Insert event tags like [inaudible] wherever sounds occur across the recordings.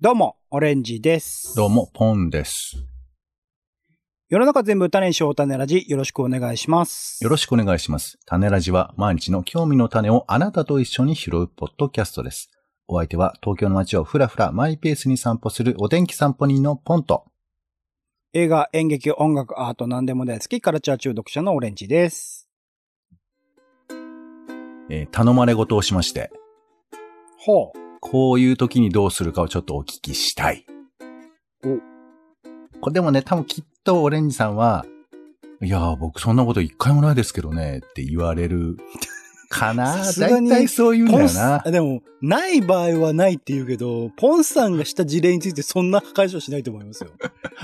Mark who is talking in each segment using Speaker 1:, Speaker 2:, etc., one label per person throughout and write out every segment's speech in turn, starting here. Speaker 1: どうも、オレンジです。
Speaker 2: どうも、ポンです。
Speaker 1: 世の中全部種にしよう種ラジ、よろしくお願いします。
Speaker 2: よろしくお願いします。種ラジは毎日の興味の種をあなたと一緒に拾うポッドキャストです。お相手は東京の街をふらふらマイペースに散歩するお天気散歩人のポンと。
Speaker 1: 映画、演劇、音楽、アート、何でも大好き、カルチャー中毒者のオレンジです。
Speaker 2: えー頼まれ事をしまして、
Speaker 1: ほ
Speaker 2: こういう時にどうするかをちょっとお聞きしたい。これでもね、多分きっとオレンジさんは、いやー、僕そんなこと一回もないですけどね、って言われる。
Speaker 1: [laughs]
Speaker 2: かな
Speaker 1: さす
Speaker 2: だ
Speaker 1: が
Speaker 2: い
Speaker 1: に
Speaker 2: たいそう言うんだ
Speaker 1: ポ
Speaker 2: よ
Speaker 1: ンさ、。
Speaker 2: なん
Speaker 1: でも、ない場合はないって言うけど、ポンさんがした事例についてそんな解消しないと思いますよ。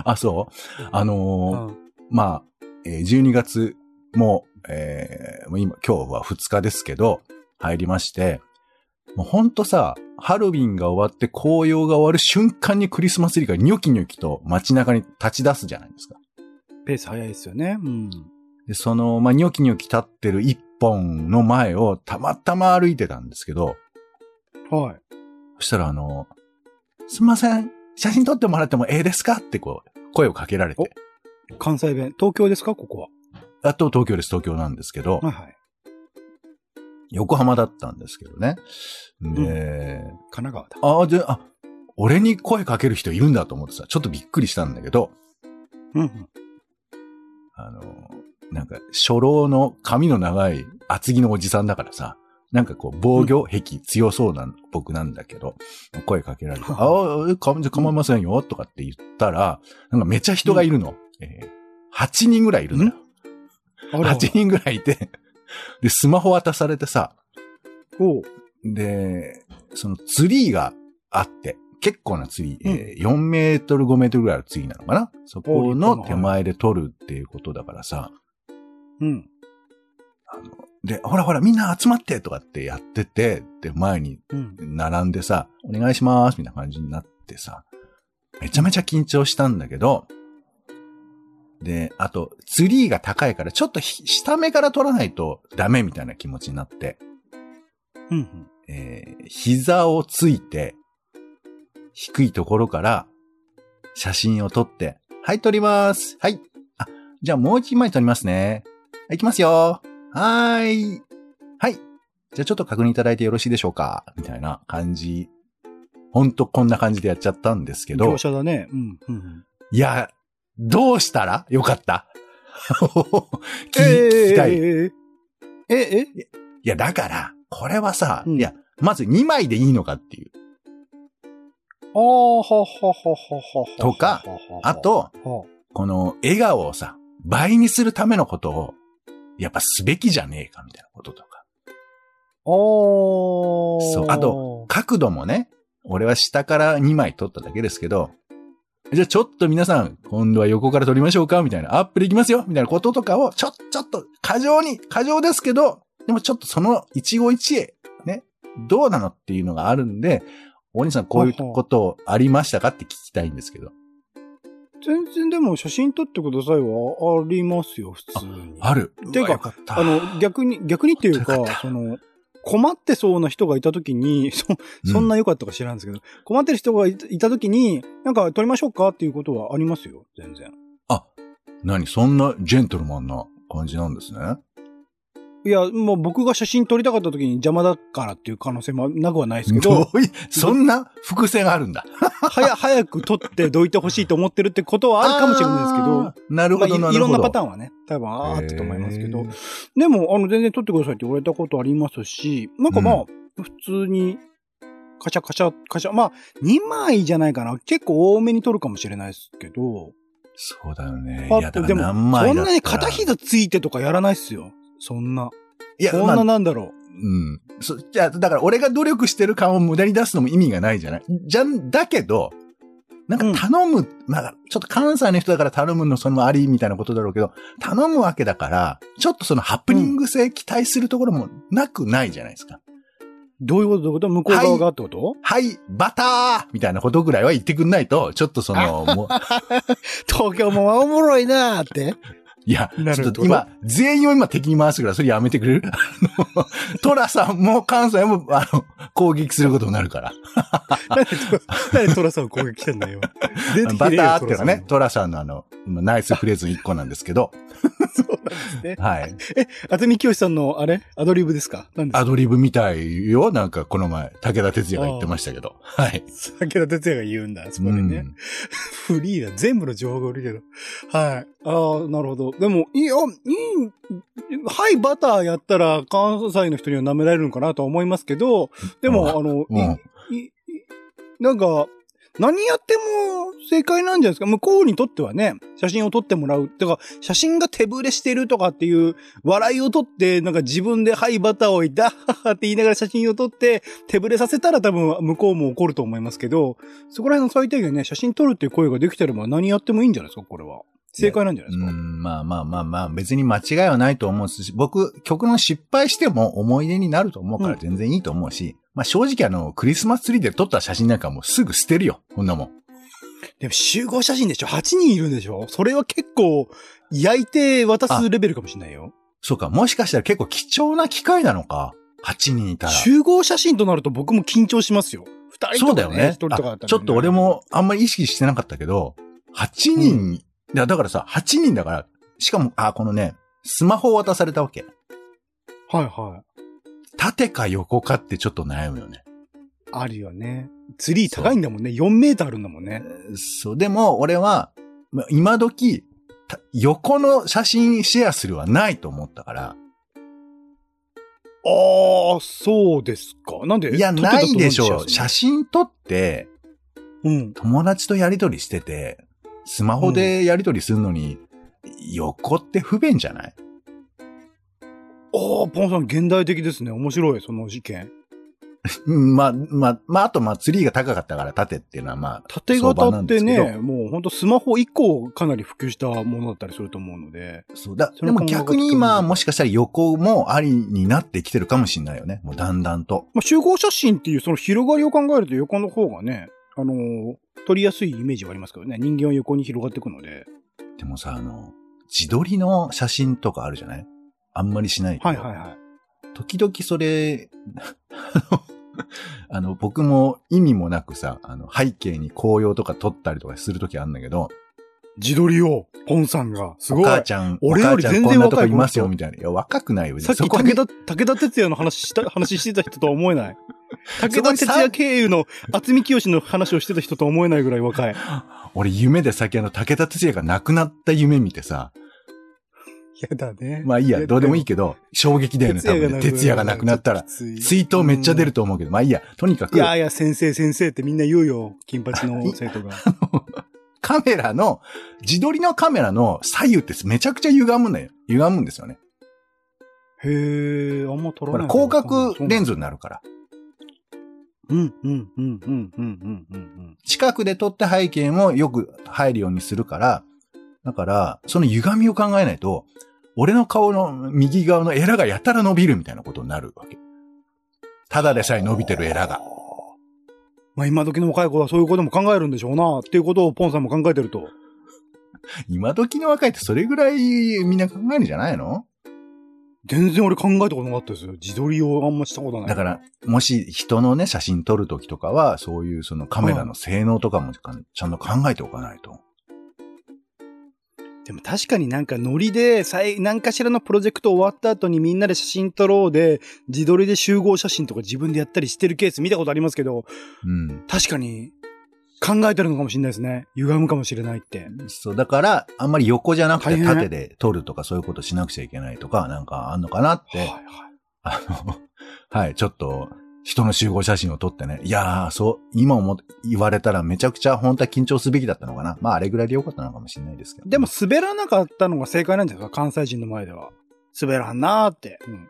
Speaker 2: あ、そう [laughs] あのー
Speaker 1: うん
Speaker 2: まあ、えー12月も、えーもう今、今日は2日ですけど、入りまして、もうほんとさ、ハロウィンが終わって紅葉が終わる瞬間にクリスマスツリーがニョキニョキと街中に立ち出すじゃないですか。
Speaker 1: ペース早いですよね。うん。
Speaker 2: で、その、まあ、ニョキニョキ立ってる一本の前をたまたま歩いてたんですけど、
Speaker 1: はい。
Speaker 2: そしたらあの、すみません、写真撮ってもらってもええですかってこう、声をかけられて。
Speaker 1: 関西弁、東京ですかここ
Speaker 2: あと東京です、東京なんですけど
Speaker 1: は。は、いはい。
Speaker 2: 横浜だったんですけどね。で、
Speaker 1: 神奈川だ。
Speaker 2: ああ、で、あ、俺に声かける人いるんだと思ってさ、ちょっとびっくりしたんだけど、
Speaker 1: うんうん。
Speaker 2: あの、なんか、初老の髪の長い厚着のおじさんだからさ、なんかこう、防御壁強そうな僕なんだけど、声かけられて、
Speaker 1: は
Speaker 2: ああ、えかんじゃ構いませんよ、とかって言ったら、なんかめっちゃ人がいるの。えー8人ぐらいいるのよ。
Speaker 1: あら
Speaker 2: 8人ぐらいいて、で、スマホ渡されてさ、
Speaker 1: おう
Speaker 2: で、そのツリーがあって、結構なツリー、えー4メートル5メートルぐらいのツリーなのかなそこの手前で撮るっていうことだからさ、
Speaker 1: うん。
Speaker 2: で、ほらほらみんな集まってとかってやってて、で、前に
Speaker 1: うん。
Speaker 2: 並んでさ、お願いしますみたいな感じになってさ、めちゃめちゃ緊張したんだけど、で、あと、ツリーが高いから、ちょっとひ下目から撮らないとダメみたいな気持ちになって、
Speaker 1: うんうん。
Speaker 2: えー膝をついて、低いところから、写真を撮って、はい、撮ります。はい。あ、じゃあもう一枚撮りますね。はい、いきますよ。はーい。はい。じゃあちょっと確認いただいてよろしいでしょうかみたいな感じ。ほんとこんな感じでやっちゃったんですけど
Speaker 1: 業。者だね。うん。うんうん。
Speaker 2: いや、どうしたらよかった [laughs] 聞き聞きたい。
Speaker 1: えーえーえーえーええ
Speaker 2: いや、だから、これはさ、
Speaker 1: うん
Speaker 2: いや、まず2枚でいいのかっていう。
Speaker 1: ああ、ははははは。
Speaker 2: とか、あ、と、
Speaker 1: は
Speaker 2: この笑顔をさ、倍にするためのことを、やっぱすべきじゃねえかみたいなこととか。
Speaker 1: あー。
Speaker 2: そうあと、角度もね、俺は下から2枚撮っただけですけど、じゃあちょっと皆さん、今度は横から撮りましょうかみたいな、アップできますよみたいなこととかを、ちょ、ちょっと、過剰に、過剰ですけど、でもちょっとその一期一会、ね、どうなのっていうのがあるんで、お兄さんこういうことありましたかって聞きたいんですけど。
Speaker 1: 全然でも写真撮ってくださいはありますよ、普通に。
Speaker 2: ある。
Speaker 1: ていうか
Speaker 2: うわよかった
Speaker 1: あの、逆に、逆にっていうか
Speaker 2: よかっ、た
Speaker 1: その、困ってそうな人がいたときに、 [laughs] そ、そんな良かったか知らんですけど、困ってる人がいたいたときに、なんか撮りましょうかっていうことはありますよ、全然。
Speaker 2: 何そんなジェントルマンな感じなんですね。
Speaker 1: いや、もう僕が写真撮りたかったときに邪魔だからっていう可能性もなくはないですけど
Speaker 2: [laughs] ど、ういそんな伏線があるんだ。
Speaker 1: 早、早く撮ってどいてほしいと思ってるってことはあるかもしれないですけど、
Speaker 2: あー。なるほど、
Speaker 1: ま
Speaker 2: な
Speaker 1: あ、い
Speaker 2: る
Speaker 1: いろん
Speaker 2: ほど。
Speaker 1: なパター
Speaker 2: ン
Speaker 1: ンはね、多分あったと思いますけど
Speaker 2: へー、
Speaker 1: でも、あの、全然撮ってくださいって言われたことありますし、なんかまあ、普通に、カシャカシャカシャ、まあ、2枚じゃないかな。結構多めに撮るかもしれないですけど、
Speaker 2: そうだよね。
Speaker 1: パッ
Speaker 2: いや、だか
Speaker 1: で
Speaker 2: ら
Speaker 1: も
Speaker 2: 何枚だ
Speaker 1: そ
Speaker 2: った
Speaker 1: ん
Speaker 2: ら
Speaker 1: なに片膝ついてとかやらないっすよ。そんな。
Speaker 2: いや、
Speaker 1: そん
Speaker 2: ま
Speaker 1: な
Speaker 2: あ
Speaker 1: なんだろ
Speaker 2: うん。そじゃあだから俺が努力してる感を無駄に出すのも意味がないじゃないじゃん、だけど、なんか頼む、まあ、ちょっと関西の人だから頼むのそれもありみたいなことだろうけど、頼むわけだから、ちょっとそのハプニング性期待するところもなくないじゃないですか。
Speaker 1: う。どういうことどういうこと向こう側がってこと、
Speaker 2: はい、バターみたいなことぐらいは言ってくんないと、ちょっとその、もう、
Speaker 1: 東京もおもろいなーって。
Speaker 2: いや、
Speaker 1: [laughs] なる
Speaker 2: ちょ
Speaker 1: ほど
Speaker 2: っと今、全員を今敵に回すから、それやめてくれる [laughs] あのトラさんも関西も、あの、攻撃することになるから。
Speaker 1: なんでトラ、なんでトラさんを攻撃してんだよ。出てき
Speaker 2: バ
Speaker 1: てねえよ
Speaker 2: ターっていうのはね、。
Speaker 1: ト
Speaker 2: トラさんのあの、ナイスフレーズの一個なんですけど、
Speaker 1: ラさん [laughs] そうなんですね。
Speaker 2: はい。
Speaker 1: 渥美清さんの、あれアドリブですか何で
Speaker 2: アドリブみたいよ、なんかこの前、武田鉄矢が言ってましたけど、はい。
Speaker 1: すか武田哲也が言うんだ、そこ
Speaker 2: う
Speaker 1: でね。
Speaker 2: ん。
Speaker 1: フリーだ。全部の情報が売るけど。はい。ああ、なるほど。でも、いや、いい、はい、バターやったら関西の人には舐められるのかなとは思いますけど、でも、あの、
Speaker 2: うん
Speaker 1: いいいなんか、何やっても正解なんじゃないですか。向こうにとってはね、写真を撮ってもらう。とか、写真が手ぶれしてるとかっていう、笑いを撮って、なんか自分で、はい、バターを置いた、はっはって言いながら写真を撮って、手ぶれさせたら多分向こうも怒ると思いますけど、そこら辺の最低限ね、写真撮るっていう声ができてれば何やってもいいんじゃないですか、これは。正解なんじゃないうですか。
Speaker 2: ん、まあまあまあまあ、別に間違いはないと思うし、僕、曲の失敗しても思い出になると思うから
Speaker 1: うん
Speaker 2: 全然いいと思うし、まあ正直あの、クリスマスツリーで撮った写真なんかもうすぐ捨てるよ、こんなもん。
Speaker 1: でも集合写真でしょ ?8 人いるんでしょそれは結構、焼いて渡すレベルかもしれないよ。
Speaker 2: そうか、もしかしたら結構貴重な機会なのか、8人いたら。
Speaker 1: 集合写真となると僕も緊張しますよ。二人
Speaker 2: そう
Speaker 1: とか
Speaker 2: だよ
Speaker 1: ね、
Speaker 2: ね
Speaker 1: 一人とかだったら、
Speaker 2: あちょっと俺。もあんまり意識してなかったけど、8人、
Speaker 1: う
Speaker 2: いやだからさ、8人だから、しかも、あ、このね、スマホを渡されたわけ。
Speaker 1: はいはい。
Speaker 2: 縦か横かってちょっと悩むよね。
Speaker 1: あるよね。ツリー高いんだもんね。4メーターあるんだもんね。
Speaker 2: そう、でも俺は、まあ今時、た横の写真シェアするはないと思ったから、
Speaker 1: ああ、そうですか。なんで
Speaker 2: いや、
Speaker 1: 撮ってたと
Speaker 2: な
Speaker 1: 思
Speaker 2: いでし
Speaker 1: うん
Speaker 2: ょう。
Speaker 1: すよ
Speaker 2: 写真撮って、
Speaker 1: うん。
Speaker 2: 友達とやりとりしてて、スマホでやりとりするのに、横って不便じゃない [laughs]
Speaker 1: ああ、ポンさん現代的ですね。面白い、その事件。
Speaker 2: うんまあ、まあ、まあ、あと、まあ、ツリーが高かったから縦っていうのは、まあ、
Speaker 1: 縦
Speaker 2: 相場な
Speaker 1: 型
Speaker 2: ん
Speaker 1: っ
Speaker 2: で
Speaker 1: て
Speaker 2: すけど
Speaker 1: ね、もうほんとスマホ以降かなり普及したものだったりすると思うので。
Speaker 2: そうだ。
Speaker 1: そ
Speaker 2: で
Speaker 1: の考
Speaker 2: も
Speaker 1: え方
Speaker 2: 逆に
Speaker 1: と
Speaker 2: 今、
Speaker 1: ね
Speaker 2: もしかしたら横もありになってきてるかもしれないよね。もうだんだんと。
Speaker 1: まあ、集合写真っていうその広がりを考えると横の方がね、あのー撮りやすいイメージはありますけどね。人間は横に広がっていくので。
Speaker 2: でもさ、あの、自撮りの写真とかあるじゃないあんまりしないけど。
Speaker 1: はいはいはい。
Speaker 2: 時々それ、 [laughs] あのあの、僕も意味もなくさ、あの、背景に紅葉とか撮ったりとかするときあるんだけど、
Speaker 1: 自撮りを、ポンさんが。すご
Speaker 2: お
Speaker 1: い。
Speaker 2: 母ちゃん、
Speaker 1: 俺より
Speaker 2: お母ちゃん
Speaker 1: 全然
Speaker 2: こんなとこ
Speaker 1: 若い
Speaker 2: いますよ、
Speaker 1: この人
Speaker 2: みたいな。いや、若くないよ。
Speaker 1: さっき
Speaker 2: そこに
Speaker 1: 武田、武田鉄矢の話した、話してた人とは思え [laughs] ない。
Speaker 2: そ
Speaker 1: 武
Speaker 2: こ
Speaker 1: 田
Speaker 2: にさ
Speaker 1: 鉄矢経由の厚み清の話をしてた人とは思えないぐらい若い。い
Speaker 2: 俺夢で先あの、武田鉄矢が亡くなった夢見てさ、
Speaker 1: やだね
Speaker 2: まあいいや、どうでもいいけど、衝撃だよね、多分ね。鉄矢が亡くなったら。ツイートめっちゃ出る
Speaker 1: と
Speaker 2: と思うけど、まあいいや、とにか
Speaker 1: い
Speaker 2: く、
Speaker 1: やいや、先生先生ってみんな言うよ。金八 [laughs] の生徒が。
Speaker 2: カメラの、自撮りのカメラの左右ってめちゃくちゃ歪むんだよ。歪むんですよね。
Speaker 1: へえ、あんま撮ら
Speaker 2: ほ
Speaker 1: な
Speaker 2: ら、
Speaker 1: い。
Speaker 2: 広角レン
Speaker 1: ズ。
Speaker 2: ズになるから。
Speaker 1: うん、うん、うん、うん、うん、うん、うんうん。
Speaker 2: 近くで撮った背景もよく入るようにするから、だから、その歪みを考えないと、俺の顔の右側のエラがやたら伸びるみたいなことになるわけ。ただでさえ伸びてるエラが。
Speaker 1: まあ今時の若い子はそういうことも考えるんでしょうな、っていうことをポンさんも考えてると。
Speaker 2: 今時の若いってそれぐらいみんな考えるんじゃないの
Speaker 1: 全然俺考えたことなかったですよ。自撮りをあんましたことない。
Speaker 2: だから、もし人のね、写真撮るときとかは、そういうそのカメラの性能とかもかちゃんと考えておかないと。
Speaker 1: でも確かになんかノリで、最何かしらのプロジェクト終わった後にみんなで写真撮ろうで、自撮りで集合写真とか自分でやったりしてるケース見たことありますけど、
Speaker 2: うん。
Speaker 1: 確かに考えてるのかもしれないですね。歪むかもしれないって。
Speaker 2: そう、だから、あんまり横じゃなく
Speaker 1: 大
Speaker 2: て
Speaker 1: 変
Speaker 2: 縦で撮るとかそういうことしなくちゃいけないとか、なんかあんのかなって。
Speaker 1: はいはい。
Speaker 2: あの、 [laughs] はい、ちょっと、人の集合写真を撮ってね。いやー、そう、今思っ、言われたらめちゃくちゃ本当は緊張すべきだったのかな。まあ、あれぐらいでよかったのかもしれないですけど。
Speaker 1: でも、滑らなかったのが正解なんじゃないですか関西人の前では。滑らんなーって。うん。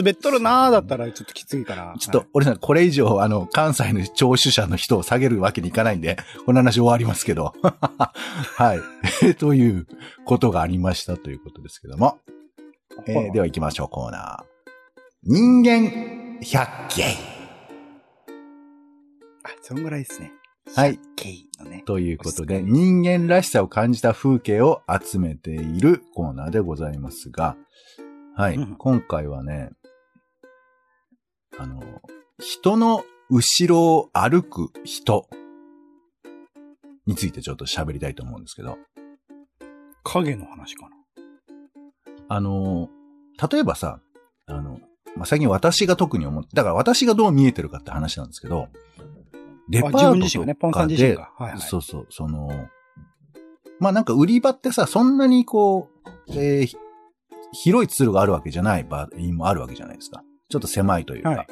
Speaker 1: 滑っとるなーだったらちょっときついから。
Speaker 2: ちょっと、
Speaker 1: はい
Speaker 2: 俺さん、これ以上、あの、関西の聴取者の人を下げるわけにいかないんで、この話終わりますけど。 [laughs] はい。 [laughs] ということがありましたということですけども。えーでは行きましょう、コーナー。人間百景。
Speaker 1: あ、そんぐらいですね。
Speaker 2: はい。
Speaker 1: ケイのね。
Speaker 2: ということ
Speaker 1: 確
Speaker 2: で、
Speaker 1: か
Speaker 2: 人間らしさを感じた風景を集めているコーナーでございますが、はい、
Speaker 1: うん
Speaker 2: 今回はね、あの、人の後ろを歩く人についてちょっと喋りたいと思うんですけど、
Speaker 1: 影の話かな。
Speaker 2: あの、例えばさ、あの、まあ、最近私が特に思って、だから私がどう見えてるかって話なんですけど、デパー
Speaker 1: あ
Speaker 2: トと
Speaker 1: 自
Speaker 2: かで
Speaker 1: 分自身がね、ポンさん自身が。はいはい。
Speaker 2: そうそう、その、まあなんか売り場ってさ、そんなにこう、えーひ広い通路があるわけじゃない場合もあるわけじゃないですか。ちょっと狭いというか。
Speaker 1: はい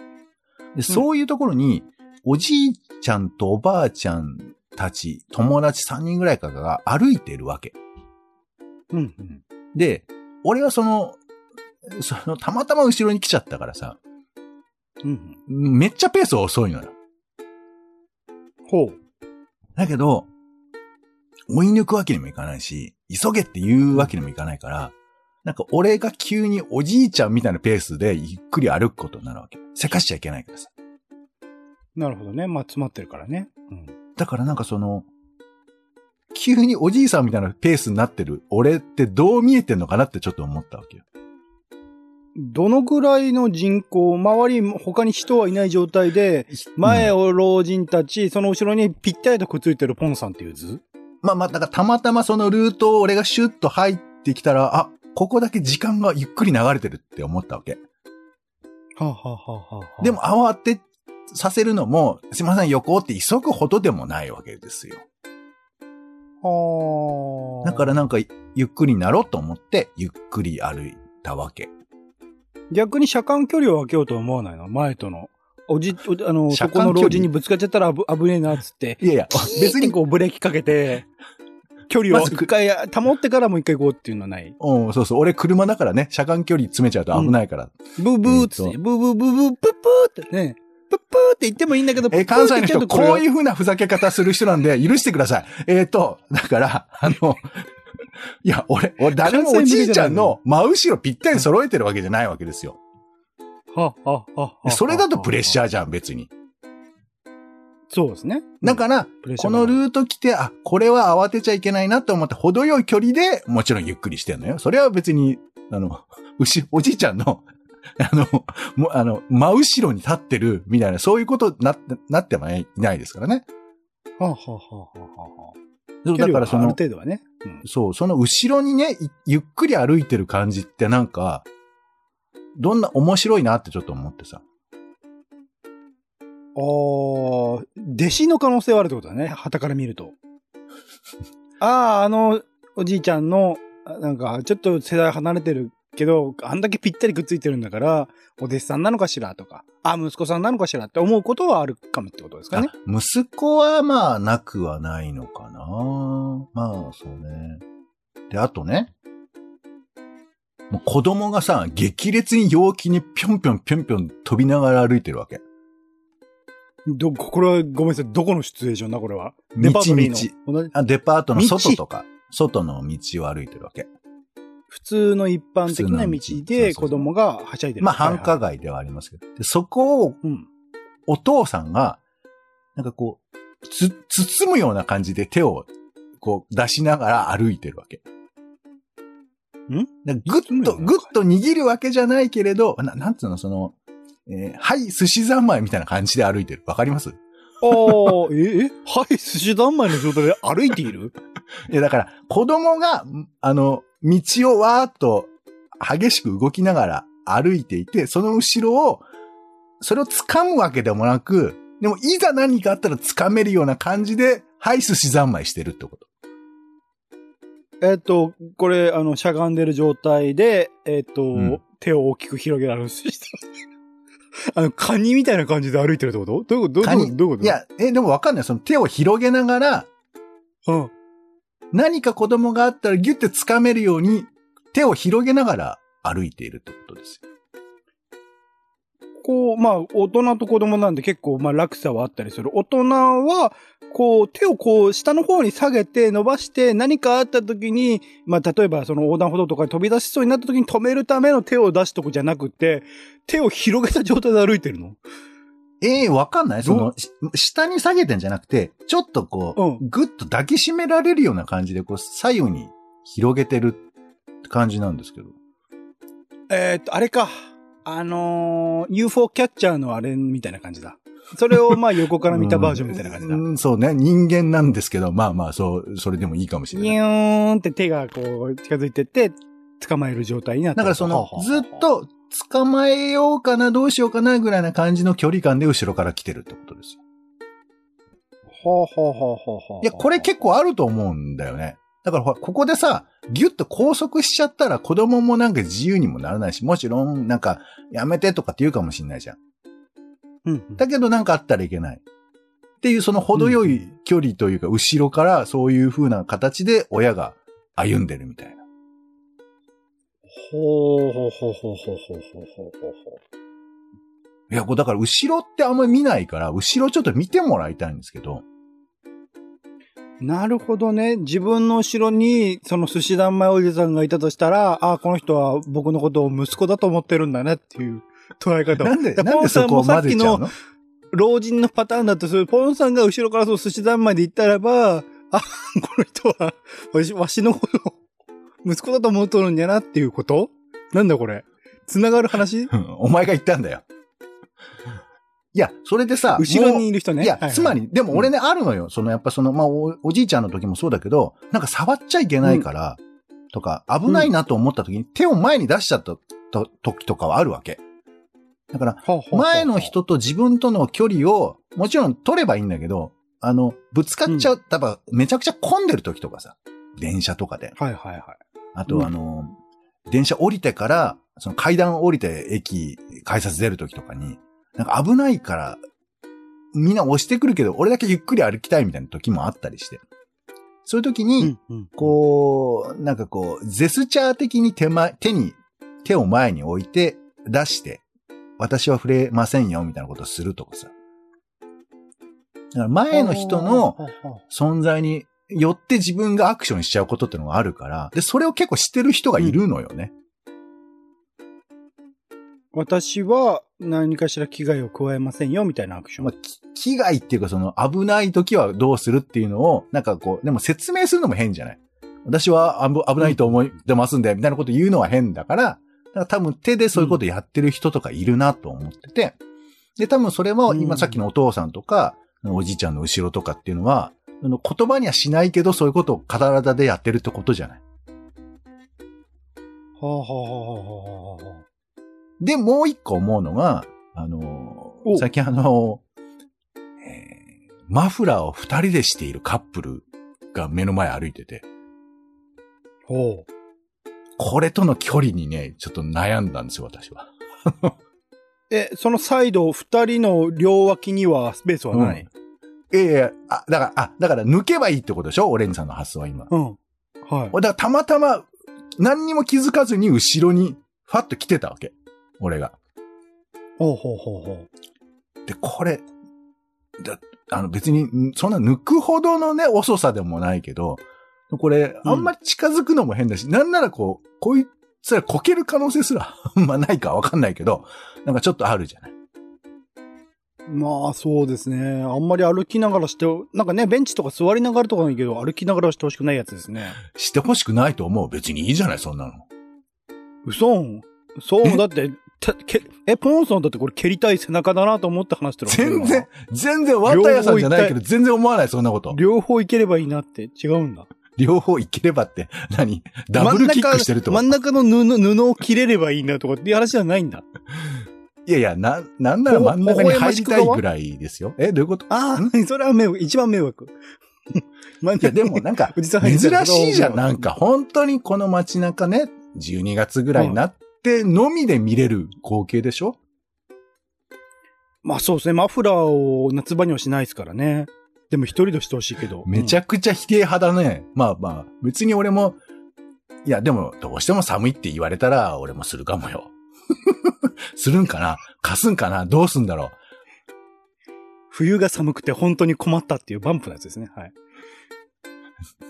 Speaker 2: でそういうところに、おじいちゃんとおばあちゃんたち、友達3人ぐらいかが歩いてるわけ。
Speaker 1: うんうん。
Speaker 2: で、俺はその、その、たまたま後ろに来ちゃったからさ、
Speaker 1: うん
Speaker 2: めっちゃペース遅いのよ。
Speaker 1: うん。ほう。
Speaker 2: だけど、追い抜くわけにもいかないし、急げって言うわけにもいかないから、なんか俺が急におじいちゃんみたいなペースでゆっくり歩くことになるわけ。せかしちゃいけないからさ。
Speaker 1: なるほどね。まあ、詰まってるからね。うん。
Speaker 2: だからなんかその、急におじいさんみたいなペースになってる俺ってどう見えてんのかなってちょっと思ったわけよ。
Speaker 1: どのぐらいの人口、周り、他に人はいない状態で、前
Speaker 2: を、
Speaker 1: を老人たち、その後ろにぴったりとくっついてるポンさんっていう図
Speaker 2: まあまあ、だからたまたまそのルートを俺がシュッと入ってきたら、あ、ここだけ時間がゆっくり流れてるって思ったわけ。
Speaker 1: はあ、はあはあはあ
Speaker 2: でも、慌てさせるのも、すいません、横って急ぐほどでもないわけですよ。
Speaker 1: はあ。
Speaker 2: だからなんか、ゆっくりなろうと思って、ゆっくり歩いたわけ。
Speaker 1: 逆に車間距離を空けようとは思わないの前との。おじ、おあの、
Speaker 2: 車
Speaker 1: そ
Speaker 2: 間
Speaker 1: この老人にぶつかっちゃったら危危ねえな、っつって。
Speaker 2: いやいや、
Speaker 1: 別
Speaker 2: 別
Speaker 1: に
Speaker 2: に、
Speaker 1: こうブレーキかけて、距離を
Speaker 2: まず
Speaker 1: 一回保ってからもう一回行こうっていうのはない。
Speaker 2: うん、そうそう、俺車だからね、車間距離詰めちゃうと危ないから。
Speaker 1: ブーブーっつっ
Speaker 2: えー
Speaker 1: て、
Speaker 2: と
Speaker 1: ブーブーブーブー、プップーってね、プップーって言ってもいいんだけど、。
Speaker 2: えー関西の人、こういうう風なふざけ方する人なんで、許してください。えっ、と、だから、あの、いや、俺、俺誰もおじいちゃんの真後ろぴったり揃えてるわけじゃないわけですよ。
Speaker 1: はあはあはあ
Speaker 2: でそれだとプレッシ
Speaker 1: ャー。
Speaker 2: ャーじゃん、別に。
Speaker 1: そうですね。
Speaker 2: だから、
Speaker 1: プレッシャ
Speaker 2: こ
Speaker 1: ーが
Speaker 2: のルート来て、あ、これは慌てちゃいけないなと思って、程よい距離で、もちろんゆっくりしてんのよ。それは別に、あの、牛、おじいちゃんの、 [laughs] あの、もあの、真後ろに立ってる、みたいな、そういうことなって、なってはいないですからね。
Speaker 1: はあはあはあはあはあ。
Speaker 2: そうだからそ
Speaker 1: 距離はある
Speaker 2: の、
Speaker 1: 程度はね。うん
Speaker 2: そう、その後ろにね、いゆっくり歩いてる感じってなんか、どんな面白いなってちょっと思ってさ。
Speaker 1: ああ、弟子の可能 [laughs] 性はあるってことだね。旗から見ると。ああ、あの、おじいちゃんの、なんか、ちょっと世代離れてるけど、あんだけぴったりくっついてるんだから、お弟子さんなのかしらとか、ああ、息子さんなのかしらって思うことはあるかもってことですかね。
Speaker 2: あ息子はまあなくはないのかな。まあそうね。で、あとね。もう子供がさ、激烈に陽気にぴょんぴょんぴょんぴょん飛びながら歩いてるわけ。
Speaker 1: ど、これはごめんなさい。どこのシチュエーションだ、これは。
Speaker 2: 道
Speaker 1: ートリーの。
Speaker 2: 々
Speaker 1: 同じ
Speaker 2: あ。デパートの外
Speaker 1: 道
Speaker 2: とか、外の道を歩いてるわけ。
Speaker 1: 普通の一般的な道
Speaker 2: 普通の道そうそう
Speaker 1: で
Speaker 2: そう
Speaker 1: 子供がはしゃいでる。
Speaker 2: まあ繁華
Speaker 1: が。
Speaker 2: 街ではありますけど。でそこを
Speaker 1: うん。
Speaker 2: お父さんが、なんかこう、つ、包むような感じで手を、こう、出しながら歩いてるわけ。
Speaker 1: ん
Speaker 2: なんかぐ
Speaker 1: 包
Speaker 2: っ
Speaker 1: むよ
Speaker 2: と、
Speaker 1: うな
Speaker 2: ぐっと握るわけじゃないけれど、ななんつうの、その、えーはい、寿司三昧みたいな感じで歩いてる。わかります
Speaker 1: ああ、え、え、はい、寿司三昧の状態で歩いている [laughs]
Speaker 2: いや、だから、子供が、んあの、道をわーっと、激しく動きながら歩いていて、その後ろを、それを掴むわけでもなく、でも、いざ何かあったら掴めるような感じで、はい、寿司三昧してるってこと。
Speaker 1: えっ、と、これ、あの、しゃがんでる状態で、えっ、と、
Speaker 2: ん
Speaker 1: 手を大きく広げられる。 [laughs] あの、カニみたいな感じで歩いてるってことどういうこと
Speaker 2: カ
Speaker 1: どういうこと
Speaker 2: ニ
Speaker 1: どういうこと
Speaker 2: い、や、え、でもわかんない。その手を広げながら、
Speaker 1: うん。
Speaker 2: 何か子供があったらギュッて掴めるように、手を広げながら歩いているってことですよ。
Speaker 1: こう、まあ、大人と子供なんで結構、まあ、落差はあったりする。大人は、こう、手をこう、下の方に下げて、伸ばして、何かあった時に、まあ、例えば、その横断歩道とかに飛び出しそうになった時に止めるための手を出しとくじゃなくて、手を広げた状態で歩いてるの。
Speaker 2: ええわかんないそ
Speaker 1: ど
Speaker 2: の、し下に下げてんじゃなくて、ちょっとこ
Speaker 1: う
Speaker 2: う、ぐっと抱きしめられるような感じで、こう、左右に広げてるって感じなんですけど。
Speaker 1: えーっと、あれか。あのー、UFO キャッチャーのあれみたいな感じだ。それをまあ横から見たバージョンみたいな感じだ。
Speaker 2: うん、そうね。人間なんですけど、まあまあ、そう、それでもいいかもしれ
Speaker 1: ニ
Speaker 2: ない。
Speaker 1: ューンって手がこう近づいてって、捕まえる状態になった
Speaker 2: だからそ
Speaker 1: は
Speaker 2: の
Speaker 1: あは、あ
Speaker 2: ずっと捕まえようかな、どうしようかな、ぐらいな感じの距離感で後ろから来てるってことですよ。
Speaker 1: ほうほうほうほうほう。
Speaker 2: いや、これ結構あると思うんだよね。だからほら、ここでさ、ギュッと拘束しちゃったら子供もなんか自由にもならないし、もちろんなんかやめてとかって言うかもしんないじゃん。
Speaker 1: うんうん、
Speaker 2: だけどなんかあったらいけない。っていうその程よい距離というか、後ろからそういう風な形で親が歩んでるみたいな。
Speaker 1: ほうほうほうほうほうほうほうほうほうほ
Speaker 2: いや、こうだから後ろってあんまり見ないから、後ろちょっと見てもらいたいんですけど。
Speaker 1: う。なるほどね。自分の後ろに、その寿司団前おじさんがいたとしたら、ああ、この人は僕のことを息子だと思ってるんだねっていう捉え方を。
Speaker 2: なんで、
Speaker 1: だから
Speaker 2: なんでそこを
Speaker 1: ポンさんもさっ
Speaker 2: 混
Speaker 1: き
Speaker 2: ぜちゃ
Speaker 1: の
Speaker 2: うの
Speaker 1: 老人のパターンだとする、ポンさんが後ろからそう寿司団前で行ったらば、あ、この人は、わし、わしのことを、息子だと思っとるんやなっていうことなんだこれ。繋がる話
Speaker 2: うんお前が言ったんだよ。いや、それでさ、
Speaker 1: 後ろにいる人ね。
Speaker 2: いや、
Speaker 1: はは
Speaker 2: つまり、でも俺ね、あるのよ。その、やっぱその、まあお、おじいちゃんの時もそうだけど、なんか触っちゃいけないから、とか、危ないなと思った時に、手を前に出しちゃったと時とかはあるわけ。だから、
Speaker 1: ほうほうほうほう
Speaker 2: 前の人と自分との距離を、もちろん取ればいいんだけど、あの、ぶつかっちゃう、多分、めちゃくちゃ混んでる時とかさ、電車とかで。
Speaker 1: はいはいはい。
Speaker 2: あ
Speaker 1: うん
Speaker 2: と、あの、電車降りてから、その階段降りて駅、改札出るときとかに、なんか危ないから、みんな押してくるけど、俺だけゆっくり歩きたいみたいな時もあったりして。そういう時に、
Speaker 1: うん
Speaker 2: こう、なんかこう、ゼスチャー的に手前、手に、手を前に置いて、出して、私は触れませんよ、みたいなことをするとかさ。だから前の人の、存在によって自分がアクションしちゃうことってのがあるから、で、それを結構してる人がいるのよね。
Speaker 1: 私は何かしら危害を加えませんよみたいなアクション。
Speaker 2: まあ、き危害っていうかその危ない時はどうするっていうのを、なんかこう、でも説明するのも変じゃない私はあぶ危ないと思ってますんで、みたいなこと言うのは変だから、だから多分手でそういうことやってる人とかいるなと思ってて、で、多分それも
Speaker 1: う
Speaker 2: 今
Speaker 1: ん
Speaker 2: さっきのお父さんとか、おじいちゃんの後ろとかっていうのは、あの言葉にはしないけどそういうことを体でやってるってことじゃない
Speaker 1: はあはあはあはあはあはあ
Speaker 2: で、もう一個思うのが、あのー、
Speaker 1: お
Speaker 2: 最近あのー、えーマフラーを二人でしているカップルが目の前歩いてて、
Speaker 1: ほう。
Speaker 2: これとの距離にね、ちょっと悩んだんですよ、私は。
Speaker 1: え、そのサイド、二人の両脇にはスペースはない。
Speaker 2: ええあ、だから、あ、だから抜けばいいってことでしょオレンジさんの発想は今。
Speaker 1: うん。はい。
Speaker 2: だからたまたま、何にも気づかずに後ろに、ファッと来てたわけ。俺が。
Speaker 1: ほうほうほうほう。
Speaker 2: で、これ、だ、あの別に、んそんな抜くほどのね、遅さでもないけど、これ、
Speaker 1: うん
Speaker 2: あんまり近づくのも変だし、なんならこう、こいつらこける可能性すら、 [laughs] あんまないかわかんないけど、なんかちょっとあるじゃない。
Speaker 1: まあそうですね。あんまり歩きながらして、なんかね、ベンチとか座りながらとかないいけど、歩きながらしてほしくないやつですね。
Speaker 2: してほしくないと思う。別にいいじゃない、そんなの。
Speaker 1: 嘘ん。そう、
Speaker 2: え
Speaker 1: だって、たけえ、ポンソンだってこれ蹴りたい背中だなと思って話してるわけ
Speaker 2: 全然、全然、ワンタヤさんじゃないけ
Speaker 1: 両方
Speaker 2: ど、全然思わない、そんなこと。
Speaker 1: 両方いければいいなって違うんだ。
Speaker 2: 両方いければって、何ダブルキックしてると。
Speaker 1: 真ん中真ん中の布布を切れればいいなとかっていう話じゃないんだ。
Speaker 2: いやいや、な、なんなら真ん中に入りたいぐらいですよ。え、どういうこと
Speaker 1: ああ、 [laughs] それは迷惑、一番迷惑。 [laughs] 真ん
Speaker 2: い
Speaker 1: 中
Speaker 2: や、でもなんか、
Speaker 1: [laughs] おじさん入
Speaker 2: 珍
Speaker 1: りたら
Speaker 2: しいじゃん。なんか、本当にこの街中ね、12月ぐらいになって、のみで見れる光景でしょ、
Speaker 1: まあそうですね。マフラーを夏場にはしないですからね。でも一人でしてほしいけど。
Speaker 2: めち
Speaker 1: ゃ、
Speaker 2: ゃくちゃ否定派だね。まあまあ、別に俺も、いや、でも、どうしても寒いって言われたら、俺もするかもよ。 [laughs] するんかな貸すんかなどうすんだろう
Speaker 1: 冬が寒くて本当に困ったっていうバンプのやつですね。はい。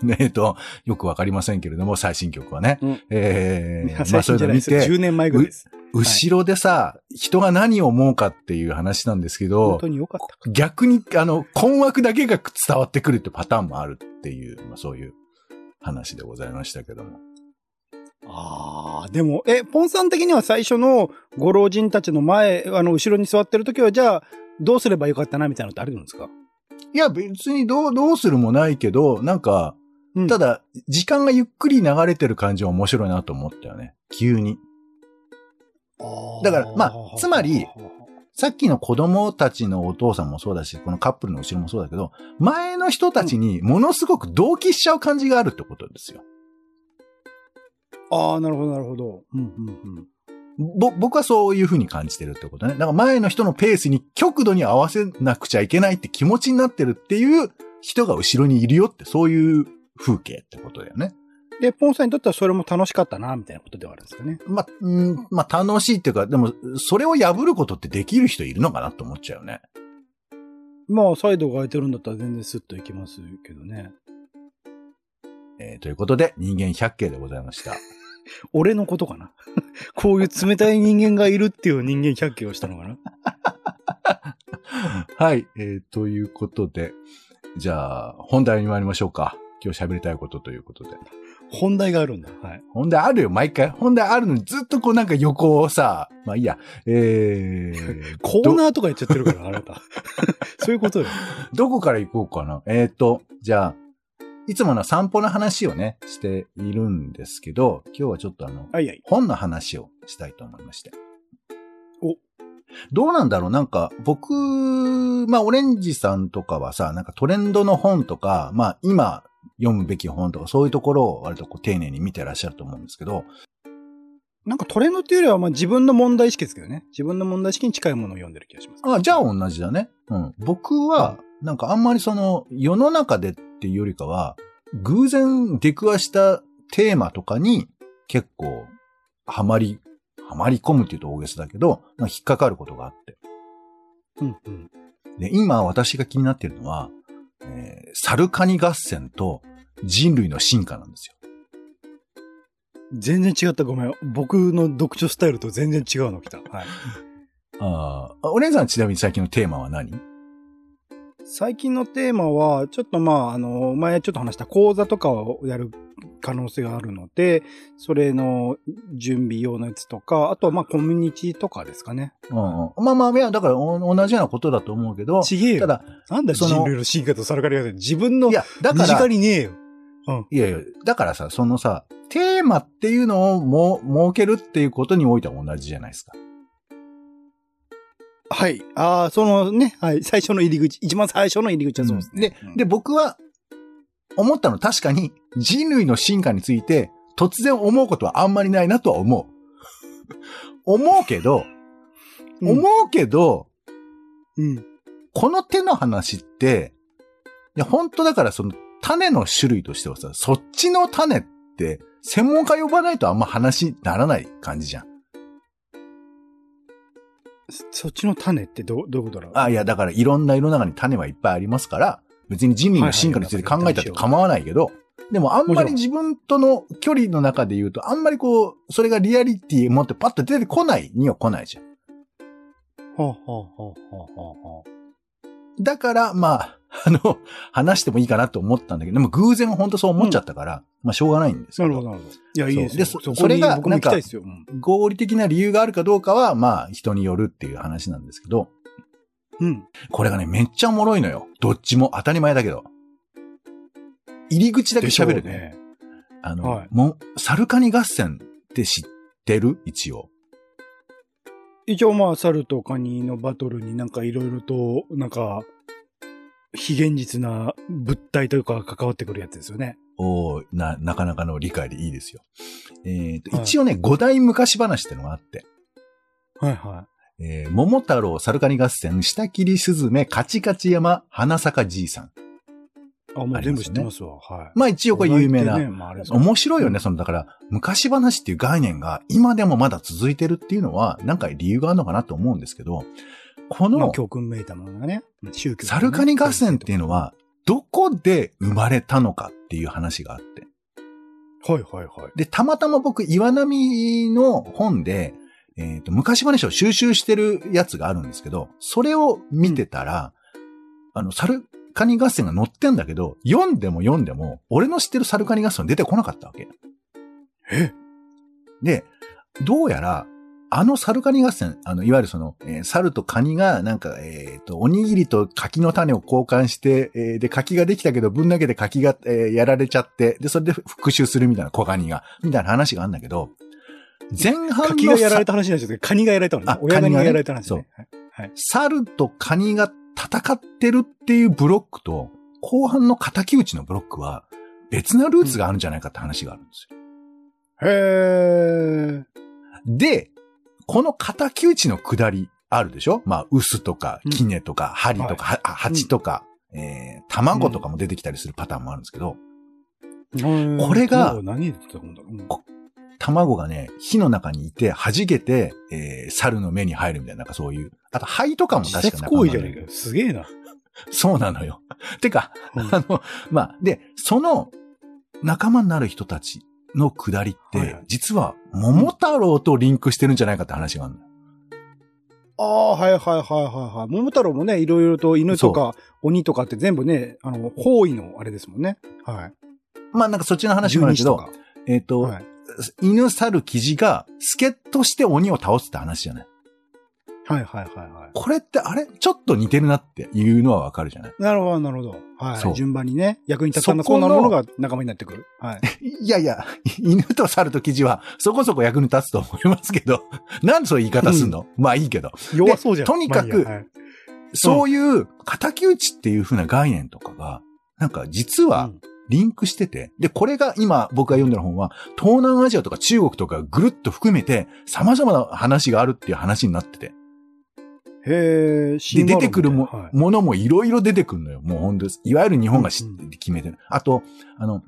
Speaker 2: ねえっと、よくわかりませんけれども、最新曲はね。
Speaker 1: うん
Speaker 2: えー、
Speaker 1: 最近
Speaker 2: そうい
Speaker 1: じ
Speaker 2: う
Speaker 1: ゃな [laughs] いで
Speaker 2: の見
Speaker 1: すよ。
Speaker 2: て、
Speaker 1: 10年前ぐらいです。
Speaker 2: 後ろでさ、人が何を思うかっていう話なんですけ
Speaker 1: 本
Speaker 2: ど
Speaker 1: 当、に良かった。
Speaker 2: 逆に、あの、困惑だけが伝わってくるってパターンもあるっていう、まあ、そういう話でございましたけども。
Speaker 1: ああ、でも、え、ポンさん的には最初のご老人たちの前、あの、後ろに座ってる時は、じゃあ、どうすればよかったな、みたいなのってあるんですか
Speaker 2: いや、別にどう、どうするもないけど、なんか、
Speaker 1: うん
Speaker 2: ただ、時間がゆっくり流れてる感じは面白いなと思ったよね。急に。だからまあつまり、さっきの子供たちのお父さんもそうだし、このカップルの後ろもそうだけど、前の人たちにものすごく同期しちゃう感じがあるってことですよ。
Speaker 1: ああ、なるほど、なるほど。うん、うん、うん。
Speaker 2: ぼ、僕はそういうふうに感じてるってことね。だから前の人のペースに極度に合わせなくちゃいけないって気持ちになってるっていう人が後ろにいるよって、そういう風景ってことだよね。
Speaker 1: で、ポンさんにとってはそれも楽しかったな、みたいなことではあるんですかね。
Speaker 2: まあ、うん、まあ楽しいっていうか、でも、それを破ることってできる人いるのかなと思っちゃうよね。
Speaker 1: まあ、サイドが空いてるんだったら全然スッといけますけどね。
Speaker 2: えーということで、人間100景でございました。 [laughs]
Speaker 1: 俺のことかな。 [laughs] こういう冷たい人間がいるっていう人間100キロしたのかな。
Speaker 2: はい、えーということで、じゃあ、本題に参りましょうか。今日喋りたいことということで。
Speaker 1: 本題があるんだ。はい。、
Speaker 2: 本題あるよ、毎回。本題あるのにずっとこうなんか横をさ、まあいいや、えー
Speaker 1: [laughs] コーナーとか言っちゃってるから、あなた。 [laughs] そういうことよ。
Speaker 2: どこから行こうかな。えっ、と、じゃあ、いつもの散歩の話をね、しているんですけど、今日はちょっとあの、
Speaker 1: はいはい。
Speaker 2: 本の話をしたいと思いまして。
Speaker 1: お
Speaker 2: どうなんだろうなんか、僕、まあ、オレンジさんとかはさ、なんかトレンドの本とか、まあ、今読むべき本とか、そういうところを割とこう丁寧に見てらっしゃると思うんですけど、
Speaker 1: なんかトレンドっていうよりは、まあ自分の問題意識ですけどね。自分の問題意識に近いものを読んでる気がします。
Speaker 2: あ、じゃあ同じだね。うん。僕は、なんかあんまりその、世の中でっていうよりかは、偶然出くわしたテーマとかに結構、はまり、はまり込むっていうと大げさだけど、まあ、引っかかることがあって。
Speaker 1: うんうん。
Speaker 2: で、今私が気になってるのは、えーサルカニ合戦と人類の進化なんですよ。
Speaker 1: 全然違った。ごめん。僕の読書スタイルと全然違うの来た。はい。
Speaker 2: あーあ、お姉さんちなみに最近のテーマは何
Speaker 1: 最近のテーマは、ちょっとまあ、あの、前ちょっと話した講座とかをやる可能性があるので、それの準備用のやつとか、あとはまあ、コミュニティとかですかね。
Speaker 2: うんうん。まあまあ、いやだからお同じようなことだと思うけど、
Speaker 1: ちげえ
Speaker 2: た
Speaker 1: よ。
Speaker 2: だ、
Speaker 1: なんだよ
Speaker 2: その
Speaker 1: 人類の進化とサルカリ合戦。自分の
Speaker 2: い
Speaker 1: 身
Speaker 2: や、だから、
Speaker 1: 近にねえよ。
Speaker 2: いやいや、だからさ、そのさ、テーマっていうのをも、設けるっていうことにおいては同じじゃないですか。
Speaker 1: はい。ああ、そのね、はい。最初の入り口、一番最初の入り口はそうですね。うん
Speaker 2: で、僕は、思ったの確かに、人類の進化について、突然思うことはあんまりないなとは思う。 [laughs] 思うけど、
Speaker 1: うん
Speaker 2: 思うけど、
Speaker 1: うん。
Speaker 2: この手の話って、いや、本当だからその種の種類としてはさ、そっちの種って、専門家呼ばないとあんま話にならない感じじゃん。
Speaker 1: そそっちの種ってどう、どういうことだろう
Speaker 2: あ、いや、だからいろんな世の中に種はいっぱいありますから、別に人類の進化について考えたって構わないけど、でもあんまり自分との距離の中で言うと、あんまりこう、それがリアリティ持ってパッと出てこないには来ないじゃん。
Speaker 1: はあ、はあはあはあはあはあ
Speaker 2: だから、まあ、 [laughs] あの、話してもいいかなと思ったんだけど、でも偶然本当そう思っちゃったから、まあしょうがないんですけ
Speaker 1: な
Speaker 2: ど。
Speaker 1: るほど、なるほど。いや、いいです
Speaker 2: で
Speaker 1: よ。
Speaker 2: そ
Speaker 1: こに
Speaker 2: それが
Speaker 1: 僕も行きたいですよ。うん
Speaker 2: 合理的な理由があるかどうかは、まあ人によるっていう話なんですけど、
Speaker 1: うん。
Speaker 2: これがね、めっちゃおもろいのよ。どっちも当たり前だけど。入り口だけ喋る
Speaker 1: でしょう
Speaker 2: ね。。あの、
Speaker 1: はい
Speaker 2: もう、サルカニ合戦って知ってる一応。
Speaker 1: 一応まあ、猿とカニのバトルになんかいろいろと、なんか、非現実な物体というか関わってくるやつですよね。
Speaker 2: おーな、なかなかの理解でいいですよ。えっ、と、
Speaker 1: はい
Speaker 2: 一応ね、五大昔話ってのがあって、
Speaker 1: はいは
Speaker 2: えー桃太郎、サルカニ合戦、下切りすずめ、カチカチ山、花坂じいさん。
Speaker 1: い。あ、も
Speaker 2: あ
Speaker 1: う
Speaker 2: り
Speaker 1: 全
Speaker 2: ま
Speaker 1: 部知
Speaker 2: すね
Speaker 1: ってますわ。はい。
Speaker 2: まあ一応これ有名な。
Speaker 1: お題ってねまああれですよ
Speaker 2: 面白いよね、その、だから、昔話っていう概念が今でもまだ続いてるっていうのは、なんか理由があるのかなと思うんですけど、こ
Speaker 1: まあ
Speaker 2: の、
Speaker 1: 教訓めいたものがね。うん宗教とか
Speaker 2: サ
Speaker 1: ね。
Speaker 2: ルカニ合戦っていうのは、どこで生まれたのかっていう話があって。
Speaker 1: はいはいはい。
Speaker 2: で、たまたま僕、岩波の本で、ええっ、と、昔話を収集してるやつがあるんですけど、それを見てたら、あの、サルカニ合戦が載ってんだけど、読んでも読んでも、俺の知ってるサルカニ合戦は出てこなかったわけ。
Speaker 1: え
Speaker 2: で、どうやら、あのサルカニ合戦、あの、いわゆるその、えー猿とカニが、なんか、えっ、と、おにぎりと柿の種を交換して、えーで、柿ができたけど、ぶん投げて柿が、えーやられちゃって、で、それで復讐するみたいな小カニが、みたいな話があるんだけど、前半のさ
Speaker 1: 柿がやられた話なんですけど、カニがやられたのね
Speaker 2: あ。
Speaker 1: 親ガニ
Speaker 2: カニが
Speaker 1: が
Speaker 2: ね
Speaker 1: やられた話、ね。
Speaker 2: そう
Speaker 1: はい。
Speaker 2: 猿とカニが戦ってるっていうブロックと、後半の敵討ちのブロックは、別なルーツがあるんじゃないかって話があるんですよ。
Speaker 1: へー。
Speaker 2: で、この敵討ちの下りあるでしょまあ、臼とか、
Speaker 1: うん
Speaker 2: 杵とか、針とか、はあ鉢とか、えー卵とかも出てきたりするパターンもあるんですけど、これが
Speaker 1: そう何で作ったもんだろううん
Speaker 2: 卵がね、火の中にいて、弾けて、えー猿の目に入るみたいな、なんかそういう。あと、灰とかも
Speaker 1: 自
Speaker 2: 確か
Speaker 1: 殺
Speaker 2: 仲
Speaker 1: 行
Speaker 2: 間
Speaker 1: 為
Speaker 2: なん
Speaker 1: じゃ
Speaker 2: だけ
Speaker 1: ねえ
Speaker 2: ど
Speaker 1: かよ。すげえ
Speaker 2: [laughs]
Speaker 1: な。
Speaker 2: そうなのよ。 [laughs] てか、
Speaker 1: うん
Speaker 2: あの、まあ、で、その仲間になる人たちのくだりって、
Speaker 1: はいはい
Speaker 2: 実は桃太郎とリンクしてるんじゃないかって話があるの。
Speaker 1: ああ、はいはいはいはいはい。桃太郎もね、いろいろと犬とか鬼とかって全部ね、あの、方位のあれですもんね。はい。
Speaker 2: まあ、なんかそっちの話もあるけ
Speaker 1: 十
Speaker 2: ど、
Speaker 1: 二支
Speaker 2: えっ、と、
Speaker 1: とかはい。
Speaker 2: 犬猿キジが助っ人して鬼を倒すって話じゃない。
Speaker 1: はいはいはいは
Speaker 2: これってあれちょっと似てるなっていうのはわかるじゃない。
Speaker 1: い。なるほど、なるほど。は
Speaker 2: そう
Speaker 1: い。順番にね、役に立たな
Speaker 2: そ
Speaker 1: そ
Speaker 2: こ
Speaker 1: う
Speaker 2: の
Speaker 1: なものが仲間になってくる。はい。
Speaker 2: いやいや、 [laughs] 犬と猿とキジはそこそこ役に立つと思いますけど、 [laughs] なんでそういう言い方すんの、まあいいけど。
Speaker 1: 弱そうじゃん。
Speaker 2: とにか
Speaker 1: ま
Speaker 2: く
Speaker 1: あいいやはい
Speaker 2: そういう、敵討ちっていう風な概念とかが、なんか実は
Speaker 1: うん
Speaker 2: リンクしてて、で、これが今僕が読んでる本は、東南アジアとか中国とかぐるっと含めて、様々な話があるっていう話になってて。
Speaker 1: へえ、
Speaker 2: で、
Speaker 1: 神話
Speaker 2: 出
Speaker 1: 論
Speaker 2: てくるも,、
Speaker 1: はい
Speaker 2: ものもいろいろ出てくるのよ。もう本当です。いわゆる日本が知っ
Speaker 1: うん
Speaker 2: 決めてる。あと、あの、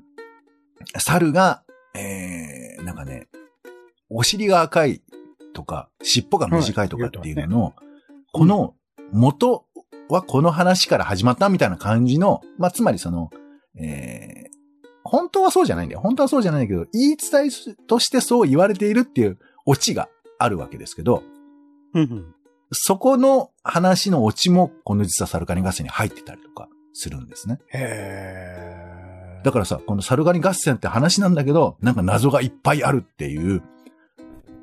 Speaker 2: 猿が、えー、なんかね、お尻が赤いとか、尻尾が短いとかっていうのの、この元はこの話から始まったみたいな感じの、まあ、つまりその、えー、本当はそうじゃないんだよ。本当はそうじゃないんだけど、言い伝えとしてそう言われているっていうオチがあるわけですけど、
Speaker 1: うんうん
Speaker 2: そこの話のオチも、この実はサルカニ合戦に入ってたりとかするんですね。
Speaker 1: へえ。
Speaker 2: だからさ、このサルガニ合戦って話なんだけど、なんか謎がいっぱいあるっていう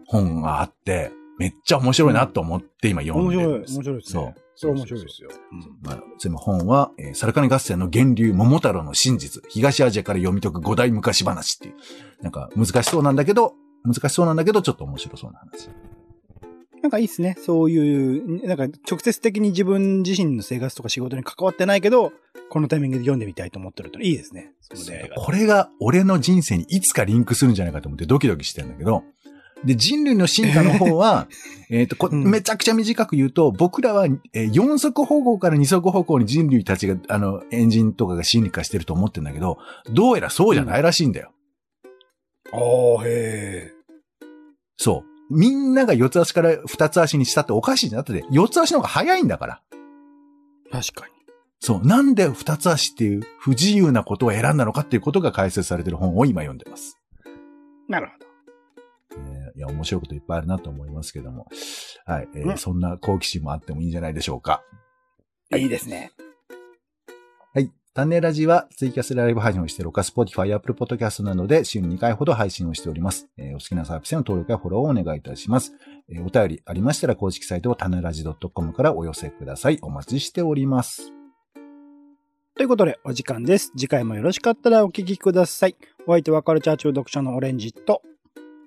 Speaker 2: 本があって、めっちゃ面白いなと思って今読ん
Speaker 1: 面
Speaker 2: で
Speaker 1: 白い、
Speaker 2: るん
Speaker 1: 面
Speaker 2: です。
Speaker 1: 白いです
Speaker 2: そう
Speaker 1: ね。。それは面白いですよ。うん
Speaker 2: まあ、つまり本は、えーサルカニ合戦の源流、桃太郎の真実、東アジアから読み解く五大昔話っていう、なんか難しそうなんだけど、難しそうなんだけど、ちょっと面白そうな話。
Speaker 1: なんかいいですね。そういう、なんか直接的に自分自身の生活とか仕事に関わってないけど、このタイミングで読んでみたいと思ってるといいですね。その出会いが
Speaker 2: これが俺の人生にいつかリンクするんじゃないかと思ってドキドキしてんだけど、で、人類の進化の
Speaker 1: [laughs]
Speaker 2: 方は、えっと、こ
Speaker 1: うん
Speaker 2: めちゃくちゃ短く言うと、僕らは、えー、4足方向から2足方向に人類たちが、あの、エンジンとかが進化してると思ってんだけど、どうやらそうじゃないらしいんだよ。
Speaker 1: ああ、へえ。
Speaker 2: そう。みんなが四つ足から二つ足にしたっておかしいじゃなくて、四つ足の方が早いんだから。
Speaker 1: 確かに。
Speaker 2: そう。なんで二つ足っていう不自由なことを選んだのかっていうことが解説されてる本を今読んでます。
Speaker 1: なるほど。
Speaker 2: えーいや、面白いこといっぱいあるなと思いますけども。はい。えー
Speaker 1: うん
Speaker 2: そんな好奇心もあってもいいんじゃないでしょうか。
Speaker 1: い、いですね。
Speaker 2: はい。タネラジはツイキャスでライブ配信をしているほか、Spotify、Apple Podcast などで週に2回ほど配信をしております。えーお好きなサービスへの登録やフォローをお願いいたします。えーお便りありましたら公式サイトをタネラジ .com からお寄せください。お待ちしております。
Speaker 1: ということで、お時間です。次回もよろしかったらお聞きください。お相手はカルチャー中毒者のオレンジと、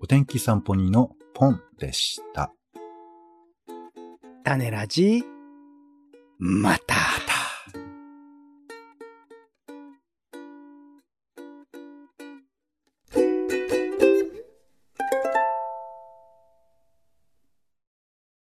Speaker 2: お天気散歩にのポンでした。
Speaker 1: タネラジ、また。